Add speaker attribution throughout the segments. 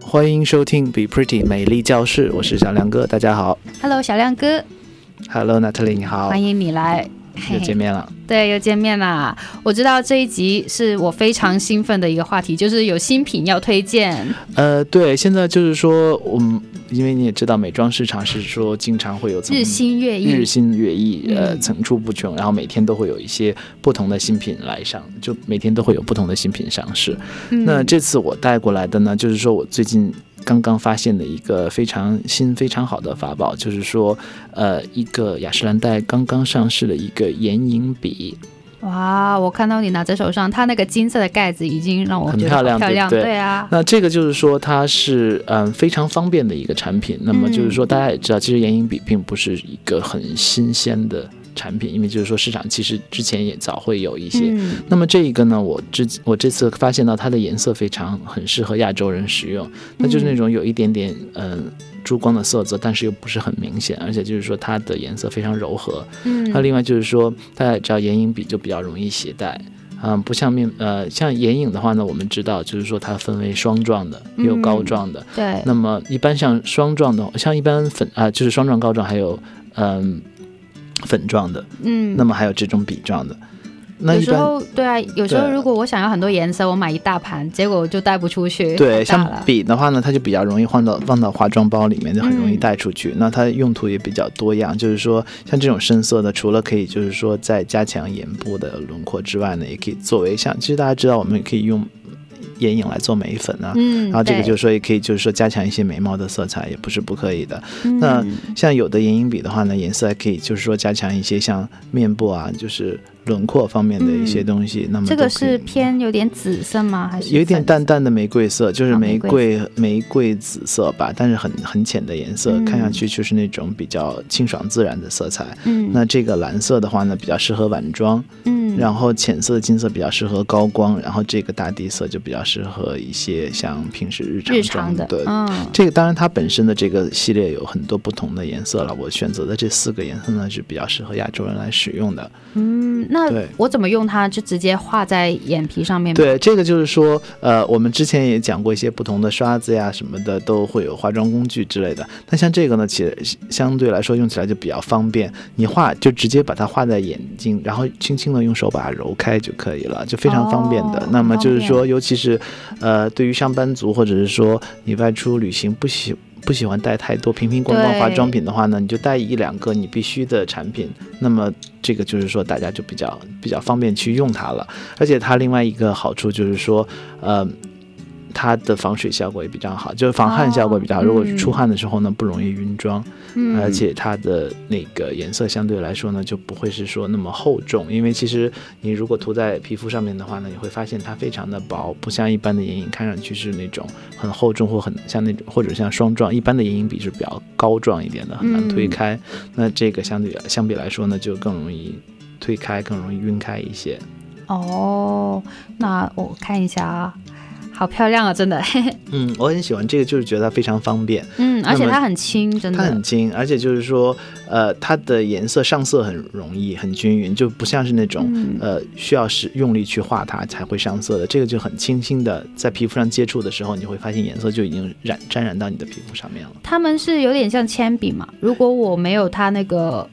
Speaker 1: 欢迎收听《Be Pretty 美丽教室》，我是小亮哥，大家好。
Speaker 2: Hello，小亮哥，
Speaker 1: Hello Natalie，你好，
Speaker 2: 欢迎你来。
Speaker 1: 又见面了。
Speaker 2: 对，又见面啦！我知道这一集是我非常兴奋的一个话题，就是有新品要推荐。
Speaker 1: 呃，对，现在就是说，我们因为你也知道，美妆市场是说经常会有从
Speaker 2: 日新月异，
Speaker 1: 日新月异，呃，
Speaker 2: 嗯
Speaker 1: 层出不穷，然后每天都会有一些不同的新品来上，就每天都会有不同的新品上市。
Speaker 2: 嗯
Speaker 1: 那这次我带过来的呢，就是说我最近刚刚发现的一个非常新、非常好的法宝，就是说，呃，一个雅诗兰黛刚刚上市的一个眼影笔，
Speaker 2: 哇，我看到你拿在手上，它那个金色的盖子已经让我
Speaker 1: 很
Speaker 2: 觉得
Speaker 1: 漂
Speaker 2: 好
Speaker 1: 亮
Speaker 2: 漂
Speaker 1: 对不
Speaker 2: 亮，
Speaker 1: 对
Speaker 2: 啊，
Speaker 1: 那这个就是说，它是嗯、非常方便的一个产品。那么就是说，大家也知道，其实眼影笔并不是一个很新鲜的产品，因为就是说市场其实之前也早会有一些。
Speaker 2: 嗯，
Speaker 1: 那么这一个呢，我之我这次发现到它的颜色非常很适合亚洲人使用，那就是那种有一点点嗯、呃珠光的色泽，但是又不是很明显，而且就是说它的颜色非常柔和，
Speaker 2: 嗯
Speaker 1: 那另外就是说，大家也知道眼影笔就比较容易携带，嗯，不像面呃像眼影的话呢，我们知道就是说它分为霜状的，
Speaker 2: 嗯
Speaker 1: 也有膏状的。
Speaker 2: 对，
Speaker 1: 那么一般像霜状的，像一般粉啊、就是霜状、膏状，还有嗯、粉状的，
Speaker 2: 嗯，
Speaker 1: 那么还有这种笔状的。那
Speaker 2: 有
Speaker 1: 一
Speaker 2: 时
Speaker 1: 般
Speaker 2: 候对啊，有时候
Speaker 1: 对
Speaker 2: 如果我想要很多颜色，我买一大盘，结果我就带不出去，
Speaker 1: 对
Speaker 2: 太大
Speaker 1: 像
Speaker 2: 了，
Speaker 1: 笔的话呢，它就比较容易放到放到化妆包里面，就很容易带出
Speaker 2: 嗯
Speaker 1: 去。那它用途也比较多样，就是说像这种深色的，除了可以就是说在加强眼部的轮廓之外呢，也可以作为像其实大家知道我们也可以用眼影来做眉粉啊。
Speaker 2: 嗯，
Speaker 1: 然后这个
Speaker 2: 对
Speaker 1: 就是说也可以，就是说加强一些眉毛的色彩，也不是不可以的。
Speaker 2: 嗯
Speaker 1: 那像有的眼影笔的话呢，颜色还可以，就是说加强一些像面部啊，就是轮廓方面的一些
Speaker 2: 嗯
Speaker 1: 东西。那么
Speaker 2: 这
Speaker 1: 都可
Speaker 2: 个
Speaker 1: 以
Speaker 2: 是偏有点紫色吗？还是
Speaker 1: 有一点
Speaker 2: 粉
Speaker 1: 淡淡的玫瑰色，就是
Speaker 2: 啊
Speaker 1: 玫
Speaker 2: 玫
Speaker 1: 瑰玫瑰紫色吧，但是很很浅的颜色，
Speaker 2: 嗯
Speaker 1: 看上去就是那种比较清爽自然的色彩。
Speaker 2: 嗯
Speaker 1: 那这个蓝色的话呢，比较适合晚妆，
Speaker 2: 嗯，
Speaker 1: 然后浅色的金色比较适合高光，然后这个大地色就比较适合一些像平时日常
Speaker 2: 日
Speaker 1: 妆
Speaker 2: 常的，
Speaker 1: 对。
Speaker 2: 嗯，
Speaker 1: 这个当然，它本身的这个系列有很多不同的颜色了。我选择的这四个颜色呢，是比较适合亚洲人来使用的。
Speaker 2: 嗯，那
Speaker 1: 对
Speaker 2: 我怎么用它？就直接画在眼皮上面吗？
Speaker 1: 对，这个就是说，呃，我们之前也讲过一些不同的刷子呀什么的，都会有化妆工具之类的。那像这个呢，其实相对来说用起来就比较方便，你画就直接把它画在眼睛，然后轻轻的用手把它揉开就可以了，就非常方便的。
Speaker 2: 哦
Speaker 1: 那么
Speaker 2: 很
Speaker 1: 就是
Speaker 2: 方便
Speaker 1: 说，尤其是呃，对于上班族或者是说你外出旅行不喜。不喜欢带太多瓶瓶罐罐化妆品的话呢，你就带一两个你必须的产品。那么这个就是说，大家就比较比较方便去用它了。而且它另外一个好处就是说，呃，它的防水效果也比较好，就是防汗效果比较好。
Speaker 2: 哦
Speaker 1: 如果是
Speaker 2: 嗯
Speaker 1: 出汗的时候呢，不容易晕妆，
Speaker 2: 嗯，
Speaker 1: 而且它的那个颜色相对来说呢，就不会是说那么厚重，因为其实你如果涂在皮肤上面的话呢，你会发现它非常的薄，不像一般的眼影看上去是那种很厚重或很像那种或者像霜状，一般的眼影笔是比较膏状一点的，很
Speaker 2: 嗯
Speaker 1: 难推开。那这个相对相比来说呢，就更容易推开，更容易晕开一些。
Speaker 2: 哦，那我看一下啊，好漂亮啊，真的，
Speaker 1: 嗯，我很喜欢这个，就是觉得它非常方便，
Speaker 2: 嗯，
Speaker 1: 那
Speaker 2: 而且
Speaker 1: 么
Speaker 2: 它很轻，真
Speaker 1: 它很
Speaker 2: 的，
Speaker 1: 轻，而且就是说，呃，它的颜色上色很容易，很均匀，就不像是那种、
Speaker 2: 嗯
Speaker 1: 呃需要是用力去画它才会上色的，这个就很轻轻的在皮肤上接触的时候，你会发现颜色就已经染沾染到你的皮肤上面了。
Speaker 2: 它们是有点像铅笔嘛。如果我没有它那个，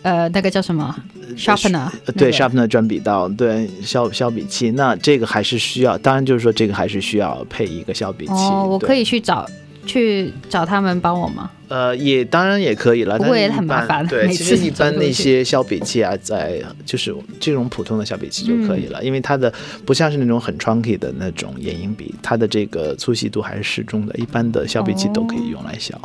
Speaker 2: 呃，那个叫什么 sharpener，
Speaker 1: 呃对、
Speaker 2: 那
Speaker 1: s h a r
Speaker 2: 个
Speaker 1: p e n e r 转笔刀，对削削笔器，那这个还是需要，当然就是说这个还是需要配一个削笔器。
Speaker 2: 哦，我
Speaker 1: 对
Speaker 2: 可以去找去找他们帮我吗？
Speaker 1: 呃，也当然也可以了，
Speaker 2: 不
Speaker 1: 但
Speaker 2: 过
Speaker 1: 是
Speaker 2: 也
Speaker 1: 一
Speaker 2: 很麻
Speaker 1: 般
Speaker 2: 烦
Speaker 1: 对，
Speaker 2: 每
Speaker 1: 其实
Speaker 2: 次
Speaker 1: 一
Speaker 2: 走
Speaker 1: 般
Speaker 2: 路
Speaker 1: 那
Speaker 2: 去
Speaker 1: 些削笔器啊，在就是这种普通的削笔器就可以了，
Speaker 2: 嗯
Speaker 1: 因为它的不像是那种很 chunky 的那种眼影笔，它的这个粗细度还是适中的，一般的削笔器都可以用来削。
Speaker 2: 哦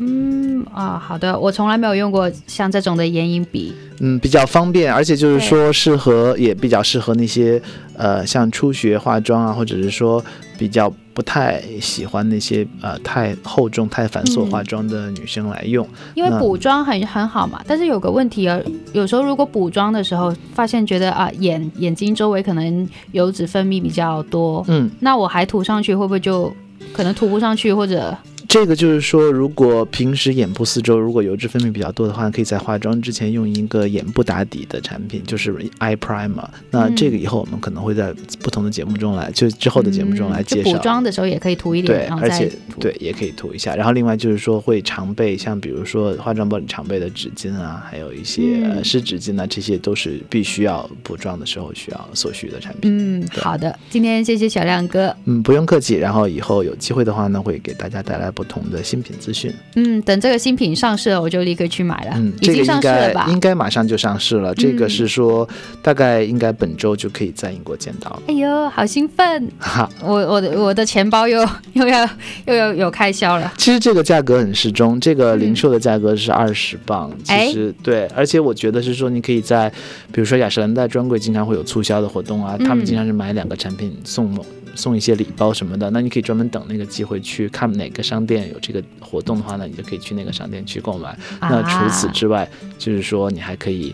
Speaker 2: 嗯啊，好的，我从来没有用过像这种的眼影笔。
Speaker 1: 嗯，比较方便，而且就是说适合，也比较适合那些呃，像初学化妆啊，或者是说比较不太喜欢那些呃太厚重、太繁琐
Speaker 2: 嗯
Speaker 1: 化妆的女生来用。
Speaker 2: 因为
Speaker 1: 那嗯
Speaker 2: 补妆很很好嘛，但是有个问题啊，有时候如果补妆的时候发现觉得啊眼眼睛周围可能油脂分泌比较多，
Speaker 1: 嗯，
Speaker 2: 那我还涂上去会不会就可能涂不上去或者
Speaker 1: 这个就是说，如果平时眼部四周如果油脂分泌比较多的话，可以在化妆之前用一个眼部打底的产品，就是 eye primer。那
Speaker 2: 嗯
Speaker 1: 这个以后我们可能会在不同的节目中来，就之后的节目中来
Speaker 2: 嗯就
Speaker 1: 介
Speaker 2: 补
Speaker 1: 绍。
Speaker 2: 妆的时候也可以涂一
Speaker 1: 对
Speaker 2: 点，然，后
Speaker 1: 而
Speaker 2: 再
Speaker 1: 且
Speaker 2: 涂。
Speaker 1: 对也可以涂一下。然后另外就是说会常备，像比如说化妆包里常备的纸巾啊，还有一些
Speaker 2: 嗯
Speaker 1: 呃湿纸巾啊，这些都是必须要补妆的时候需要所需的产品。
Speaker 2: 嗯，好的，今天谢谢小亮哥。
Speaker 1: 嗯，不用客气。然后以后有机会的话呢，会给大家带来不同的新品资讯。
Speaker 2: 嗯，等这个新品上市了，我就立刻去买了。
Speaker 1: 嗯，
Speaker 2: 已
Speaker 1: 这个
Speaker 2: 经上
Speaker 1: 应
Speaker 2: 市了
Speaker 1: 该
Speaker 2: 吧？
Speaker 1: 应该马上就上市了。这个
Speaker 2: 嗯
Speaker 1: 是说，大概应该本周就可以在英国见到了。
Speaker 2: 哎呦，好兴奋！
Speaker 1: 哈，
Speaker 2: 我我的我的钱包又又要又要有开销了。
Speaker 1: 其实这个价格很适中，这个
Speaker 2: 嗯
Speaker 1: 零售的价格是二十磅。
Speaker 2: 哎
Speaker 1: 其实对，而且我觉得是说，你可以在比如说雅诗兰黛专柜经常会有促销的活动啊，他们
Speaker 2: 嗯
Speaker 1: 经常是买两个产品送某。送一些礼包什么的，那你可以专门等那个机会去看哪个商店有这个活动的话呢，你就可以去那个商店去购买。那除此
Speaker 2: 啊、
Speaker 1: 之外，就是说你还可以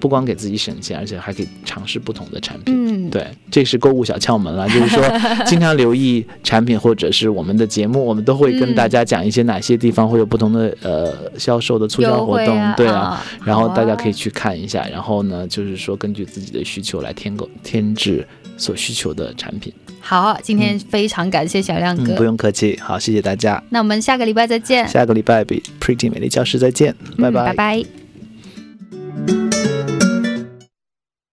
Speaker 1: 不光给自己省钱，而且还可以尝试不同的产品。
Speaker 2: 嗯，
Speaker 1: 对，这是购物小窍门了，就是 说经常留意产品或者是我们的节目，我们都会
Speaker 2: 嗯
Speaker 1: 跟大家讲一些哪些地方会有不同的呃销售的促销
Speaker 2: 优
Speaker 1: 活
Speaker 2: 惠
Speaker 1: 动，
Speaker 2: 啊，
Speaker 1: 对啊。
Speaker 2: 啊，
Speaker 1: 然后大家可以
Speaker 2: 好啊
Speaker 1: 去看一下，然后呢，就是说根据自己的需求来添购添置所需求的产品。
Speaker 2: 好啊，今天非常感谢小亮
Speaker 1: 嗯，
Speaker 2: 哥。
Speaker 1: 不用客气，好，谢谢大家，
Speaker 2: 那我们下个礼拜再见，
Speaker 1: 下个礼拜比 Pretty 美丽教室再见，
Speaker 2: 嗯
Speaker 1: 拜
Speaker 2: 拜拜